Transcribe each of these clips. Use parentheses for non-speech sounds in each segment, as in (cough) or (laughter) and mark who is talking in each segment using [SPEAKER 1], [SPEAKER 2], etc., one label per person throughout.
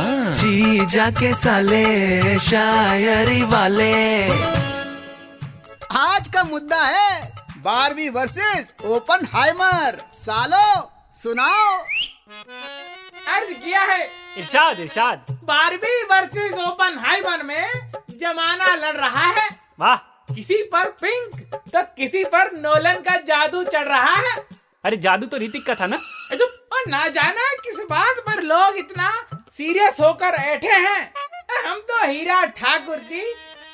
[SPEAKER 1] जी जाके साले शायरी वाले
[SPEAKER 2] आज का मुद्दा है बारहवीं वर्सेस ओपन हाइमर सालो सुनाओ
[SPEAKER 3] अर्ज किया है
[SPEAKER 4] इरशाद इरशाद
[SPEAKER 3] बारहवीं वर्सेस ओपन हाइमर में जमाना लड़ रहा है
[SPEAKER 4] वाह
[SPEAKER 3] किसी पर पिंक तो किसी पर नोलन का जादू चढ़ रहा है
[SPEAKER 4] अरे जादू तो ऋतिक का था ना
[SPEAKER 3] अजब, और ना जाना किस बात पर लोग इतना सीरियस होकर बैठे हैं हम तो हीरा ठाकुर की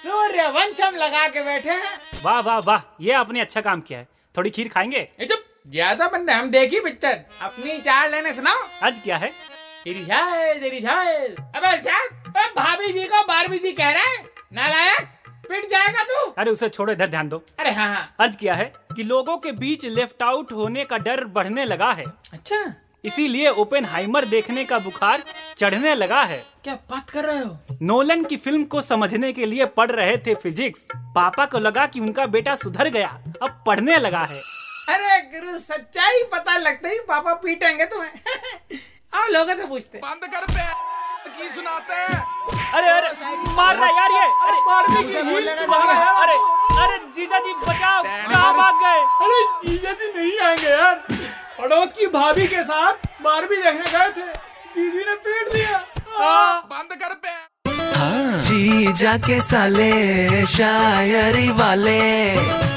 [SPEAKER 3] सूर्य वंशम लगा के बैठे हैं
[SPEAKER 4] वाह वाह वाह ये आपने अच्छा काम किया है थोड़ी खीर खाएंगे
[SPEAKER 3] अजब, ज्यादा बंदे हम देखी पिक्चर अपनी चार लाइनें सुनाओ
[SPEAKER 4] आज क्या है
[SPEAKER 3] तेरी झाल तेरी झाल अबे शायद अबे भाभी जी को बारबी जी कह रहा है नालायक पिट जाएगा तू
[SPEAKER 4] अरे उसे छोड़ो इधर ध्यान दो
[SPEAKER 3] अरे हाँ हाँ
[SPEAKER 4] आज क्या है कि लोगों के बीच लेफ्ट आउट होने का डर बढ़ने लगा है
[SPEAKER 3] अच्छा
[SPEAKER 4] इसीलिए ओपन हाइमर देखने का बुखार चढ़ने लगा है
[SPEAKER 3] क्या बात कर रहे हो
[SPEAKER 4] नोलन की फिल्म को समझने के लिए पढ़ रहे थे फिजिक्स पापा को लगा कि उनका बेटा सुधर गया अब पढ़ने लगा है
[SPEAKER 3] अरे गुरु सच्चाई पता लगते ही पापा पीटेंगे तुम्हें (laughs) आओ लोगों से पूछते
[SPEAKER 5] बंद कर बे की सुनाते हैं
[SPEAKER 4] अरे अरे मार रहा है यार ये अरे
[SPEAKER 3] बारबी की
[SPEAKER 2] मुझे
[SPEAKER 3] हील
[SPEAKER 2] बोलने का
[SPEAKER 3] तुम्हारा
[SPEAKER 2] नहीं
[SPEAKER 3] है।
[SPEAKER 4] अरे अरे जीजा जी बचाओ कहाँ भाग गए
[SPEAKER 3] अरे जीजा जी नहीं आएंगे यार पड़ोस की भाभी के साथ बारबी देखने गए थे दीदी ने पीट दिया आ,
[SPEAKER 5] बंद कर बे
[SPEAKER 1] जी जाके साले शायरी वाले